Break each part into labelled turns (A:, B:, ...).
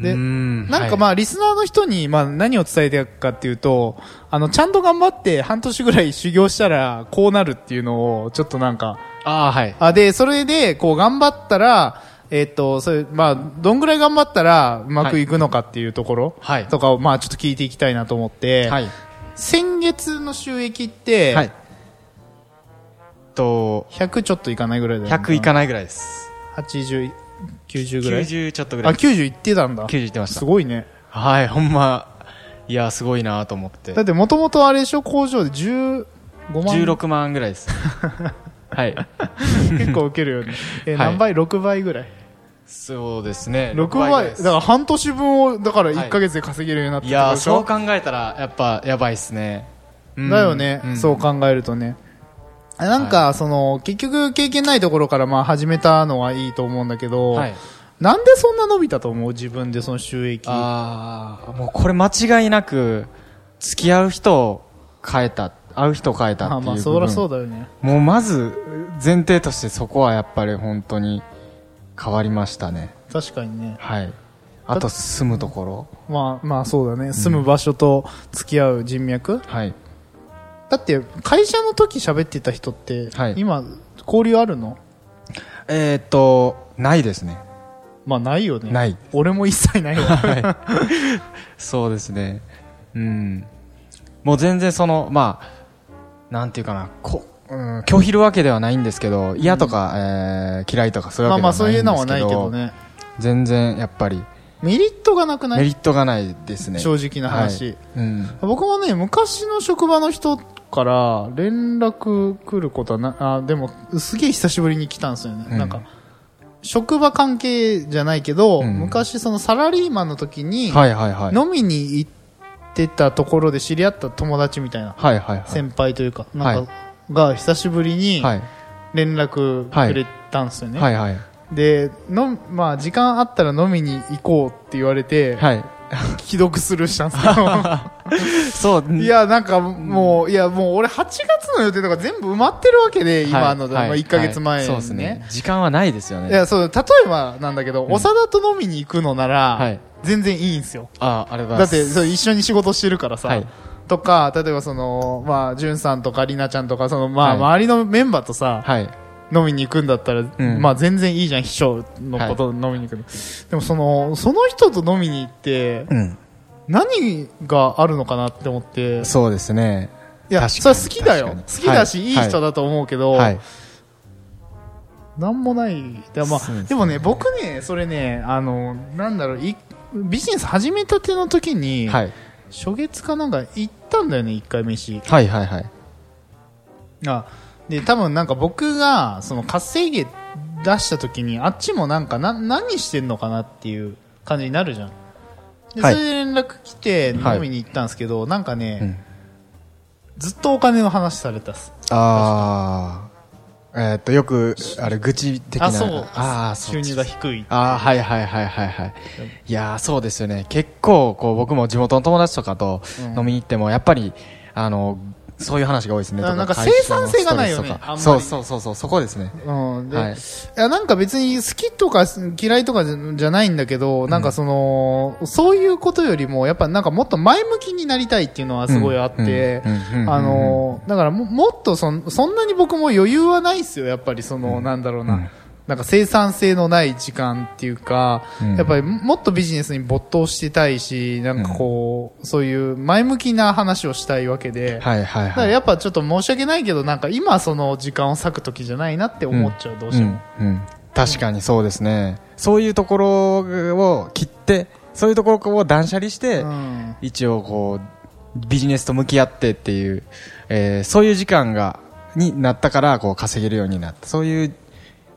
A: で
B: うーん
A: ろんなことがなんかま
B: は
A: あ、リスナーの人に、まあ、何を伝えていくかっていうと、あの、ちゃんと頑張って半年ぐらい修行したら、こうなるっていうのを、ちょっとなんか、
B: いああ、はい。
A: あ、で、それで、こう、頑張ったら、えっと、それ、まあ、どんぐらい頑張ったら、うまくいくのかっていうところ、
B: はい
A: とかを、まあ、ちょっと聞いていきたいなと思って、
B: はい。
A: 先月の収益って、
B: はい。と、
A: 100ちょっといかないぐらいだよね。
B: 100いかないぐらいです。
A: 80、90ぐらい
B: 90ちょっとぐ
A: あ、
B: らい。
A: 90いってたんだ。
B: 90いってまし
A: す
B: た。
A: ごいね。
B: はい、ほんま、いや、すごいなと思って
A: だっ。てもともとあれでしょ、工場で15万
B: 16万ぐらい です。はい。
A: 結構受ける よね。えー
B: はい
A: 何倍 ?6 倍ぐらい。
B: そうですね。
A: 6
B: 六ぐらい
A: 倍。
B: で
A: だ
B: す
A: から半年分を、だから
B: はい
A: 1ヶ月で稼げるようになったっ
B: い
A: てこと
B: やー
A: でし
B: そう
A: ょ
B: 考えたらやっぱやばいっすね、うん
A: だよね
B: う。ん
A: そう考えるとね。なんか、その、結局経験ないところからまあ始めたのはいいと思うんだけど
B: は、い、
A: なんでそんな伸びたと思う自分でその収益。あ
B: ああもうこれ間違いなく付き合う人を変えた会う人を変えたっていう部分
A: まあ、そりゃそうだよね。
B: もうまず前提としてそこはやっぱり本当に変わりましたね
A: 確かにね。
B: はいあと住むところ
A: まあ、まあそうだね。住む場所と付き合う人脈
B: はい
A: だって、会社の時喋ってた人って
B: は、い
A: 今、交流あるの
B: えー、っとないですね
A: まあないよね。
B: ない
A: 俺も一切ないわ。
B: はい。そうですね。うん。もう全然その、まあ、なんていうかな、こ うん、拒否るわけではないんですけど、嫌とか、えー嫌いとかそういう
A: ま
B: わ
A: あ
B: けで
A: まあ
B: は
A: そう
B: ないん
A: いう
B: ですけど、
A: のはないけどね。
B: 全然やっぱり
A: メリットがなくな
B: メ
A: い
B: リットがないですね。
A: 正直な話、
B: はいうん。
A: 僕もね、昔の職場の人から連絡来ることはな、あ、でも、すげえ久しぶりに来たんですよね。
B: うん
A: なんか、職場関係じゃないけど、
B: うん
A: 昔そのサラリーマンの時に、
B: はいはいはい。
A: 飲みに行ってたところで知り合った友達みたいな、
B: はいはいはい。
A: 先輩というか、なんか、が久しぶりに
B: はい
A: 連絡くれたんですよね。
B: はいはい。
A: での、まあ、時間あったら飲みに行こうって言われて、
B: はい。
A: 既読スルーしたんですけ
B: そう、
A: どいやなんかもういやもう俺8月の予定とか全部埋まってるわけで
B: はい、
A: 今の、まあ、1ヶ月前
B: はい
A: に
B: そう
A: ね,、
B: ですね。時間はないですよね。
A: いやそう例えばなんだけど、
B: ん
A: 長田と飲みに行くのなら、
B: はい
A: 全然いいんですよ
B: ああ、ありがとうござい
A: だって
B: ます。
A: そう一緒に仕事してるからさ、
B: はい
A: とか例えばそのまあ潤さんとかりなちゃんとかそのまあ、
B: はい
A: 周りのメンバーとさ、
B: はい。
A: 飲みに行くんだったら、
B: ん
A: まあ全然いいじゃん、秘書のこと飲みに行くの、でもその、その人と飲みに行って、
B: うん。
A: 何があるのかなって思って、
B: そうですね。
A: いや、
B: 確かに
A: それは好きだよ。
B: 確
A: 好
B: かに
A: きだし、
B: はい
A: い、い人だと思うけど、
B: はい。
A: なんもない。で,、ま
B: そうです
A: あ、
B: ね
A: でもね、僕ね、それね、あの、なんだろう、いビジネス始めたての時に、
B: はい。
A: 初月かなんか行ったんだよね、一回飯。
B: はいはいはい。
A: あで多分なんか僕がその稼げ出した時にあっちもなんかな何してんのかなっていう感じになるじゃんで、
B: はい
A: それで連絡来て
B: はい
A: 飲みに行ったんですけど、なんかね、
B: うん
A: ずっとお金の話されたっす
B: ああ。えーっと、よく、あれ、愚痴的な。
A: あ、そう。
B: ああ、そ
A: 収
B: う。
A: 入が低い。
B: ああ、はいはいはいはいはい。いやー、そうですよね。結構、こう、僕も地元の友達とかと飲みに行っても、やっぱり、あの、そういう話が多いですね。
A: あ
B: とか
A: なんか
B: 会社の
A: 生産性がないよね
B: ストレスと
A: あ
B: か
A: んまり
B: そうそうそうそう、そこですね。
A: うん。で、
B: はい
A: い、や、なんか別に好きとか嫌いとかじゃじゃないんだけど、なんかその、そういうことよりも、やっぱなんかもっと前向きになりたいっていうのはすごいあって
B: うんうんうんうんう、ん
A: あの、だからももっとそんそんなに僕も余裕はないですよ、やっぱりその、なんだろうな。
B: うん
A: なんか生産性のない時間っていうか、
B: うん
A: やっぱりもっとビジネスに没頭してたいし、なんかこう、そういう前向きな話をしたいわけで、
B: はいはい
A: だから
B: はい。
A: やっぱちょっと申し訳ないけど、なんか今その時間を割く時じゃないなって思っちゃう、どうしても。
B: うんうん確かにそうですね。そういうところを切って、そういうところを断捨離して、
A: うん
B: 一応こう、ビジネスと向き合ってっていう、えーそういう時間が、になったから、こう稼げるようになった。そういう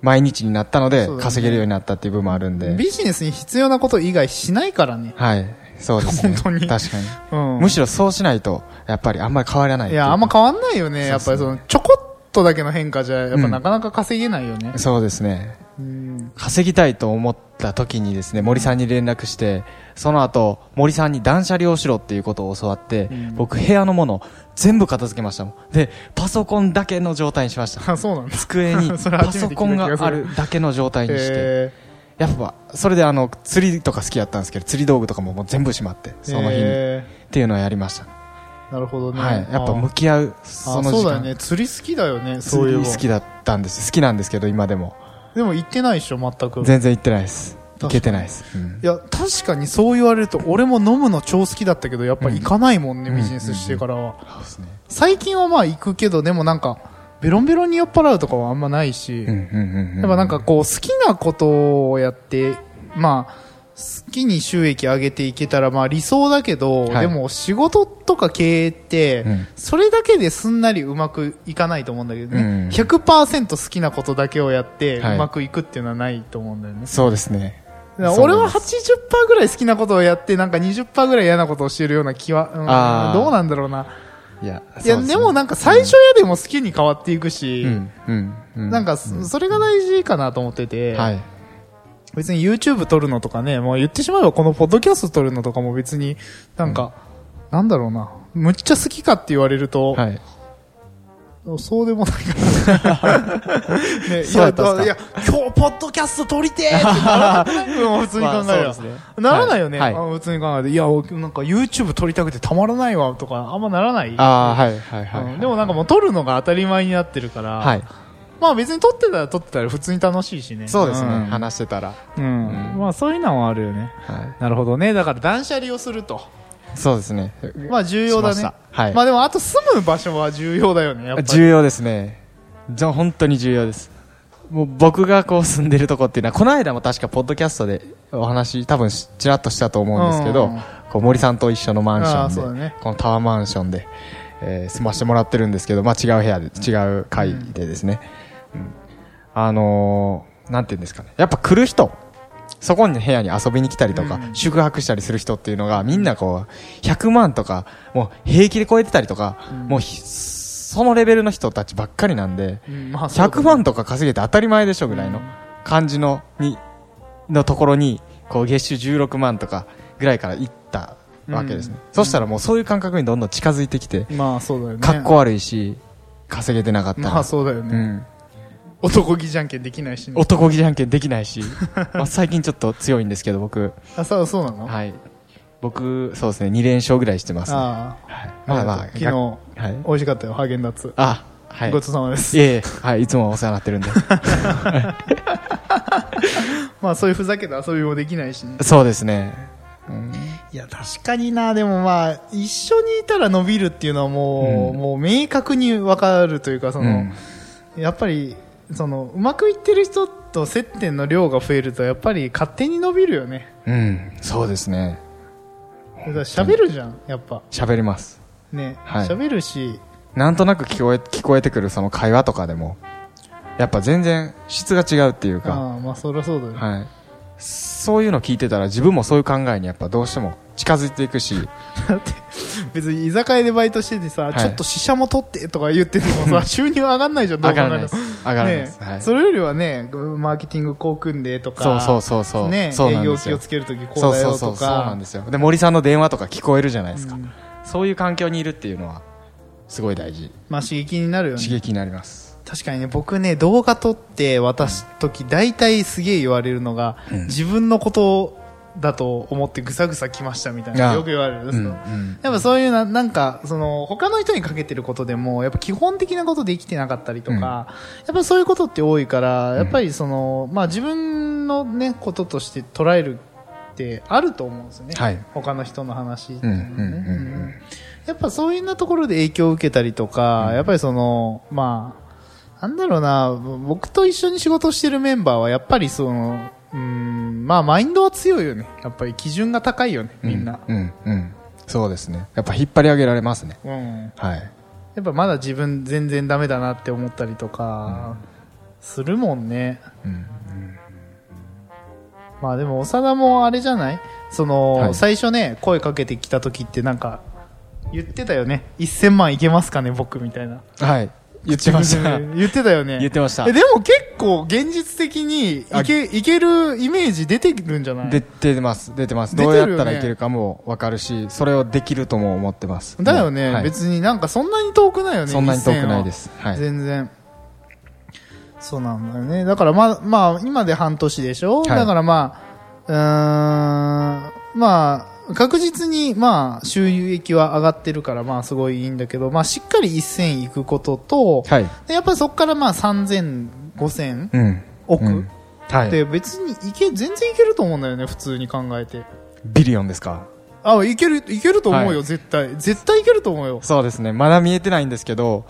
B: 毎日になったので
A: そうだ、ね
B: 稼げるようになったっていう部分もあるんで。
A: ビジネスに必要なこと以外しないからね。
B: はい。そうですね。
A: 本当に
B: 確かに。
A: うん。
B: むしろそうしないと、やっぱりあんまり変わらない
A: いや、あんま変わんないよね。
B: そ
A: や
B: う
A: っ
B: そ
A: ぱ
B: う
A: りその、ちょこっとだけの変化じゃ、やっぱ
B: うん
A: なかなか稼げないよね。
B: そうですね。
A: うん。
B: 稼ぎたいと思った時にですね、森さんに連絡して、その後、森さんに断捨離をしろっていうことを教わって、
A: うん
B: 僕部屋のもの全部片付けましたもん。で、パソコンだけの状態にしました。
A: あ、そうなんだ。
B: 机に
A: それ
B: パ
A: 初めて聞いた気が
B: ソ
A: する
B: コンがあるだけの状態にして、
A: え
B: やっぱ、それであの、釣りとか好きやったんですけど、釣り道具とかももう全部しまって、
A: ー
B: その日に、
A: え
B: っていうのをやりました。
A: ーなるほどね。
B: はい。やっぱ向き合う、
A: あ
B: そ
A: あ
B: の
A: そう
B: 時
A: だよ
B: 間。
A: ね。釣り好きだよね。そう
B: 釣
A: いう
B: り好きだったんです。好きなんですけど、今でも。
A: でも行ってないでしょ、全く。
B: 全然行ってないです。
A: か
B: 行
A: に
B: けてないです。うん
A: いや、確かにそう言われると、俺も飲むの超好きだったけど、やっぱ行かないもんね、ビジネスしてからは。
B: そうですね。
A: 最近はまあ行くけど、でもなんか、ベロンベロンに酔っ払うとかはあんまないし、
B: うんうんうんうん。
A: やっぱなんかこう、好きなことをやって、まあ、好きに収益上げていけたら、まあ理想だけど、
B: は
A: で
B: い
A: も仕事とか経営って、
B: うん
A: それだけですんなりうまくいかないと思うんだけどね、
B: うん
A: 100%好きなことだけをやって、
B: はいう
A: まくいくっていうのはないと思うんだよね。
B: そうですね。
A: だから
B: そう
A: 俺
B: なん
A: は
B: です
A: 80%ぐらい好きなことをやって、なんか20%ぐらい嫌なことをしてるような気は、うん
B: あー
A: どうなんだろうな。
B: いや、
A: いや、
B: そう
A: です
B: ね
A: もなんか最初やでも好きに変わっていくし、
B: うん、うん、う
A: なんかそ、それが大事かなと思ってて、
B: はい。
A: 別に YouTube 撮るのとかね、もう言ってしまえばこのポッドキャスト撮るのとかも別に、なんか、なんだろうな、むっちゃ好きかって言われると、
B: はい。
A: そうでもないかな。ね、い
B: そうだ
A: や、
B: ったんす
A: だ
B: か
A: いや今日ポッドキャスト撮りてーってならないもん普通に考えれば
B: まあそうですね
A: ならないよね、
B: はい
A: あ普通に考えて。いや、僕なんか YouTube 撮りたくてたまらないわとか、あんまならない。
B: ああ、はい、はい、はいは
A: う
B: い。
A: んでもなんかもう撮るのが当たり前になってるから、
B: はい。
A: まあ別に撮ってたら撮ってたら普通に楽しいしね。
B: そうですね。
A: ん
B: 話してたら。
A: うん。まあそういうのはあるよね。
B: は
A: なるほどね。だから断捨離をすると。
B: い。そうですね。
A: まあ重要だ
B: し
A: ね
B: まし。たはい
A: まあでもあと住む場所は重要だよね。やっぱり
B: 重要ですね。じゃ本当に重要です。もう僕がこう住んでるとこっていうのは、この間も確かポッドキャストでお話、多分しちらっとしたと思うんですけど、
A: うん
B: こう森さんと一緒のマンシ
A: ああ
B: ョ
A: そう
B: ン
A: だ
B: で、
A: ね
B: このタワーマンションで、えー住ましてもらってるんですけど、まあ違う部屋で、違う階でですね。うんあのーなんて言うんですかね。やっぱ来る人、そこに部屋に遊びに来たりとか、
A: うん
B: 宿泊したりする人っていうのが、みんなこう、100万とか、もう平気で超えてたりとか、もうひ、そのレベルの人たちばっかりなんで、
A: うんまあそうだ
B: 100万とか稼げて当たり前でしょぐらいの感じの、に、のところに、こう、月収16万とかぐらいから行ったわけですね。そしたらもうそういう感覚にどんどん近づいてきて、
A: まあそうだよね。
B: かっこ悪いし、稼げてなかったら。
A: まあそうだよ
B: う
A: ね。
B: ん。
A: 男気じゃんけんできないしね。
B: 男気じゃんけんできないし、まあ最近ちょっと強いんですけど、 僕。
A: あ、そうそうなの
B: はい。僕、そうですね、2連勝ぐらいしてますね、
A: ああ。
B: はい。まあまあ、
A: 昨日、
B: はい。
A: 美味しかったよ、ハーゲンダッツ。
B: あ、はい。
A: ごちそうさまです。
B: いえいえ、はい、いつもお世話になってるんで。
A: まあそういうふざけた遊びもできないしね。
B: そうですね。
A: いや、確かにな、でもまあ、一緒にいたら伸びるっていうのはもう、
B: うん
A: もう明確にわかるというか、その、
B: うん
A: やっぱり、その、うまくいってる人と接点の量が増えると、やっぱり勝手に伸びるよね。
B: うん、そうですね。
A: だから喋るじゃん、やっぱ。
B: 喋ります。
A: ね。
B: はい
A: 喋、るし、
B: なんとなく聞こえ、聞こえてくるその会話とかでも、やっぱ全然質が違うっていうか、
A: ああ、まあそりゃそうだよね。
B: はい。そういうの聞いてたら自分もそういう考えにやっぱどうしても近づいていくし、
A: だって、別に居酒屋でバイトしててさ、
B: い
A: ちょっと死者も取ってとか言っててもさ、収入上がんないじゃん、どう考
B: 上
A: え
B: がら
A: て
B: ない
A: も
B: です。上がらないで
A: ね
B: す。はい。
A: それよりはね、マーケティングこう組んでとか、
B: そうそうそうそう
A: ね、
B: そうな
A: 営
B: ん
A: 業
B: です
A: 気
B: よ
A: をつけるときこ
B: そうう
A: だ
B: そ
A: よ
B: うそ
A: と
B: う。そうな
A: か
B: んで、すよ。で、森さんの電話とか聞こえるじゃないですか。そういう環境にいるっていうのは、すごい大事。
A: まあ刺激になるよ
B: 刺
A: ね。
B: 激になります。
A: 確かにね、僕ね、動画撮って渡すとき、大体すげえ言われるのが、自分のことだと思ってぐさぐさ来ましたみたい
B: あ
A: な、
B: あ
A: よく言われるんですよ。
B: うん
A: やっぱそういうな、なんか、その、他の人にかけてることでも、やっぱ基本的なことできてなかったりとか、
B: うん
A: やっぱそういうことって多いから、やっぱりその、まあ自分のね、こととして捉えるってあると思うんですよね。
B: はい
A: 他の人の話って
B: う
A: い
B: ん
A: う
B: う
A: の
B: ん
A: はね、
B: う
A: うん
B: ん
A: やっぱそういうなところで影響を受けたりとか、やっぱりその、まあ、なんだろうな、僕と一緒に仕事してるメンバーは、やっぱりその、うん、まあマインドは強いよね。やっぱり基準が高いよね、
B: うん。
A: みんな。
B: うんうん。そうですね。やっぱ引っ張り上げられますね。
A: うん
B: はい。
A: やっぱまだ自分全然ダメだなって思ったりとか、するもんね。
B: うん。
A: まあでも、長田もあれじゃないその、
B: はい
A: 最初ね、声かけてきた時ってなんか、言ってたよね。1000万いけますかね、僕みたいな。
B: はい。言ってまし た。
A: 言ってたよね。
B: 言ってました
A: えでも結構現実的にい
B: あ
A: け、いけるイメージ出てるんじゃない
B: で出てます。出てます。
A: 出て
B: ど
A: る
B: う
A: よ
B: や
A: ね
B: ったらいけるかもわかるし、それをできるとも思ってます。
A: だよね、
B: はい
A: 別になんかそんなに遠くないよね。。
B: そんなに遠くないですす。はい。
A: 全然。そうなんだよね。だからまあ、まあ、今で半年でしょ、
B: はい
A: だからまあ、うーん、まあ、確実にまあ、収益は上がってるからまあ、すごいいいんだけど、まあ、しっかり1000いくことと、
B: はい。
A: でやっぱりそこからまあ、3000、5000
B: うん。
A: 億、
B: うんは
A: で
B: い。
A: 別にいけ、全然いけると思うんだよね、普通に考えて。
B: ビリオンですか
A: あ、いける、いけると思うよ、
B: は
A: 絶対。絶対いけると思うよ。
B: そうですね。まだ見えてないんですけど、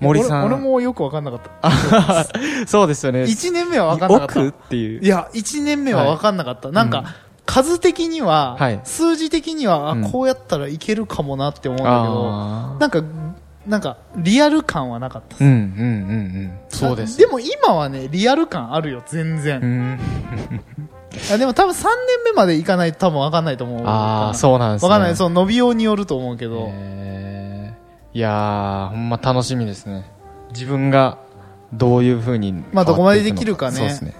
B: 森さ
A: 俺俺
B: ん。
A: もよくわかんなかった。
B: そうですよね。
A: 1年目はわかんなかった。
B: 億っていう。
A: いや、1年目は分かんなかった。なんか、数的には、
B: はい
A: 数字的には、あ
B: うん
A: こうやったらいけるかもなって思うんだ
B: あ
A: けど、なんか、なんか、リアル感はなかった。
B: ーうんうんうんうん。そうです。
A: でも今はね、リアル感あるよ、全
B: う
A: 然。
B: ん。
A: あでも多分3年目までいかないと多分分かんないと思う。
B: ああ、そうなんです
A: 分
B: ね。
A: かんない。
B: う。
A: その伸びようによると思うけど。
B: いやー、ほんま楽しみですね。自分がどういうふうに。
A: まあどこまでできるかね
B: そうですね。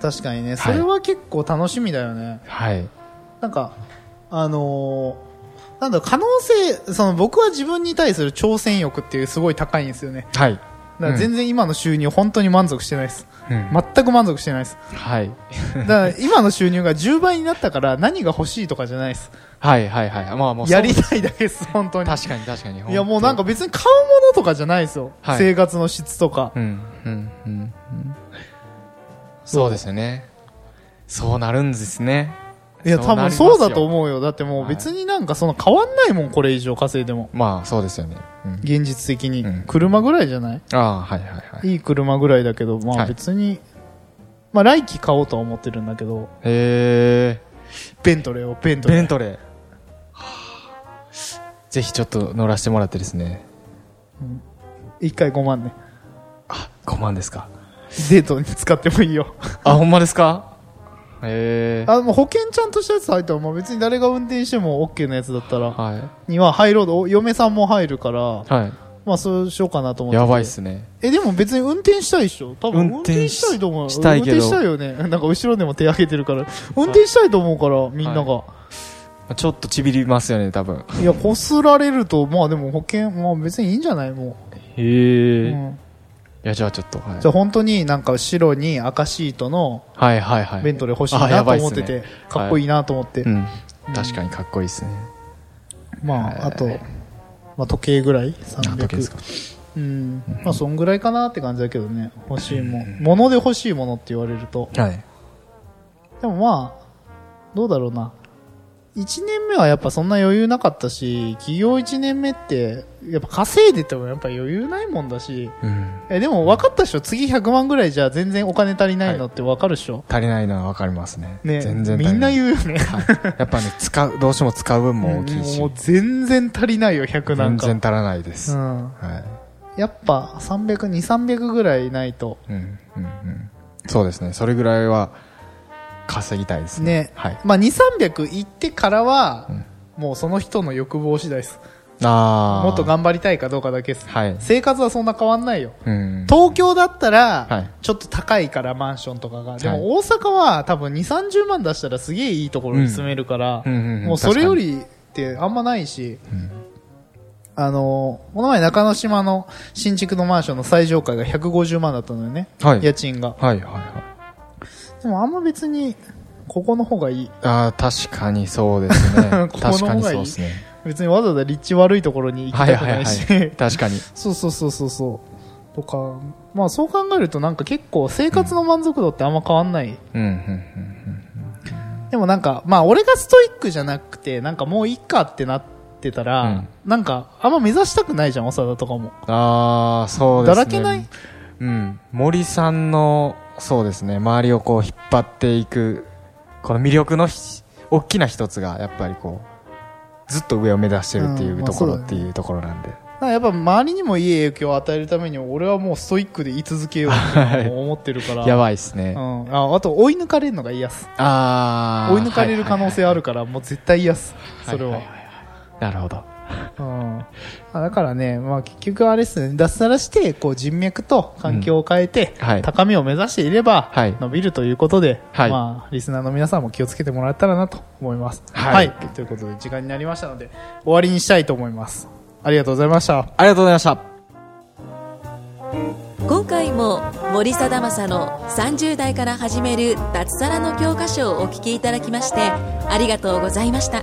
A: 確かにね、それは結構楽しみだよね。
B: はい。
A: なんか、あのーなんだろう可能性、その僕は自分に対する挑戦欲っていうすごい高いんですよね。
B: はい。
A: だから全然今の収入本当に満足してないです。
B: うん
A: 全く満足してないで す。
B: はい。
A: だから今の収入が10倍になったから何が欲しいとかじゃないです。
B: はいはいはい。まあもうそう
A: やりたいだけです、本当に。
B: 確かに確かに。
A: いやもうなんか
B: か、
A: 別に買うものとかじゃないですよ。
B: はい
A: 生活の質とか。
B: うん、うん、うんうん。そうですよね。そうなるんですね。
A: いや
B: そう
A: 多
B: な
A: 分
B: りますよ
A: そうだと思うよ。だってもう別になんかそんな変わんないもん、これ以上稼いでも。
B: まあそうですよね。うん
A: 現実的に
B: うん。
A: 車ぐらいじゃない
B: ああ、はいはいはい。へ
A: いい車ぐらいだけど、ま
B: は
A: あ
B: い
A: 別に、まあ来期買おうとは思ってるんだけど、
B: え。
A: ベントレーを、ベントレー。
B: ベントレー。はあぜひちょっと乗らせてもらってですね。
A: 一回5万ね。
B: あ、5万ですか。
A: デートに使ってもいいよ。
B: あ、ほんまですかへえ。
A: あ、もう保険ちゃんとしたやつ入ったら、まあ別に誰が運転しても OK なやつだったら、
B: はい。
A: には入ろうと、お嫁さんも入るから、
B: は
A: まあそうしようかなと思
B: い。
A: って。
B: やばいっ。すね。
A: え、でも別に運転したいでしょ多分運
B: 運
A: 転
B: 転
A: し
B: した
A: いと思う。
B: したいけど
A: 運転したいよね。 なんか後ろでも手挙げてるから。運転したいと思うから、みんなが。
B: ちょっとちびりますよね、多分。
A: い、や、こすられると、まあでも保険、まあ別にいいんじゃないもう。
B: へえ。
A: う
B: い
A: ん
B: や、じゃあちょっと、はい
A: じゃ。あ本当になんか白に赤シートの
B: はいはいはい。
A: ベントレー欲しい
B: あ
A: な
B: や
A: と
B: ばいっ
A: 思っ
B: すね
A: てて、かっこいいなと思って。
B: うん。確かにかっこいいですね。
A: まあ、あと、まあ時計ぐらい ?300。うん。まあそんぐらいかなって感じだけどね。欲しいもん。物で欲しいものって言われると。
B: はい。
A: でもまあ、どうだろうな。1年目はやっぱそんな余裕なかったし、起業1年目って、やっぱ稼いでてもやっぱ余裕ないもんだし、
B: うん。
A: え、でも分かったっしょ次100万ぐらいじゃ全然お金足りないのって分かるっしょ、
B: 足りないのはわかりますね。
A: ね
B: 全然足
A: み
B: り
A: んな
B: う。
A: 言うよね。
B: やっぱね、使う、どうしても使う分も大きいし
A: も。う全然足りないよ、100なん
B: 全
A: か。
B: 然足らないです。は
A: うん。
B: い。
A: やっぱ300、2、300ぐらいないと。
B: うん。うん。うん。そうですね。それぐらいは稼ぎたいですね。
A: ね。
B: はい。
A: まあ2、300行ってからは、
B: うん
A: もうその人の欲望次第です。
B: ああ。
A: もっと頑張りたいかどうかだけです。
B: はい
A: 生活はそんな変わんないよ。
B: うん。
A: 東京だった
B: は
A: ら
B: い、
A: ちょっと高いからマンションとかが。で
B: はい
A: も大阪は多分2、30万出したらすげえいいところに住めるから、
B: うんうんうんうん
A: もうそれよりってあんまないし、あの、この前中之島の新築のマンションの最上階が150万だったのよね。
B: はい
A: 家賃が。
B: はいはいはい。
A: でもあんま別に、ここの方がいい。。
B: ああ、確かにそうですね
A: ここの
B: 確
A: 方が
B: か
A: いい
B: にそうですね。
A: 別にわざわざ立地悪いところに行き
B: はい
A: たく
B: はい
A: な
B: はい
A: し。
B: い。確かに。
A: そうそうそうそうそう。とか、まあそう考えるとなんか結構生活の満足度ってあんま変わんない。
B: うん、うん、うん。
A: でもなんか、まあ俺がストイックじゃなくて、なんかもういっかってなってたら、なんかあんま目指したくないじゃん、長田とかも。
B: ああ、そうです
A: だ
B: ね。
A: らけない
B: うん。森さんの、そうですね、周りをこう引っ張っていく、この魅力のひ大きな一つが、やっぱりこう、ずっと上を目指してるってい
A: うん
B: う
A: まあ
B: ところ
A: そうだ
B: っ
A: ね
B: ていうところなんで。
A: なんかやっぱ周りにもいい影響を与えるために俺はもうストイックで居続けようって思ってるから。
B: やばいですね。
A: うん、ああと追い抜かれるのが嫌っす
B: ああ。
A: 追い抜かれる可能性ある
B: か
A: からもう絶対嫌っすそれは,、
B: なるほど。
A: うんあだからね、まあ、結局あれですね脱サラしてこう人脈と環境を変えて、
B: うんはい
A: 高みを目指していれば、
B: はい
A: 伸びるということで、
B: はい
A: まあ、リスナーの皆さんも気をつけてもらえたらなと思います、
B: はい
A: ということで時間になりましたので終わりにしたいと思いますありがとうございました
B: ありがとうございました。
C: 今回も森貞正の30代から始める脱サラの教科書をお聞きいただきましてありがとうございました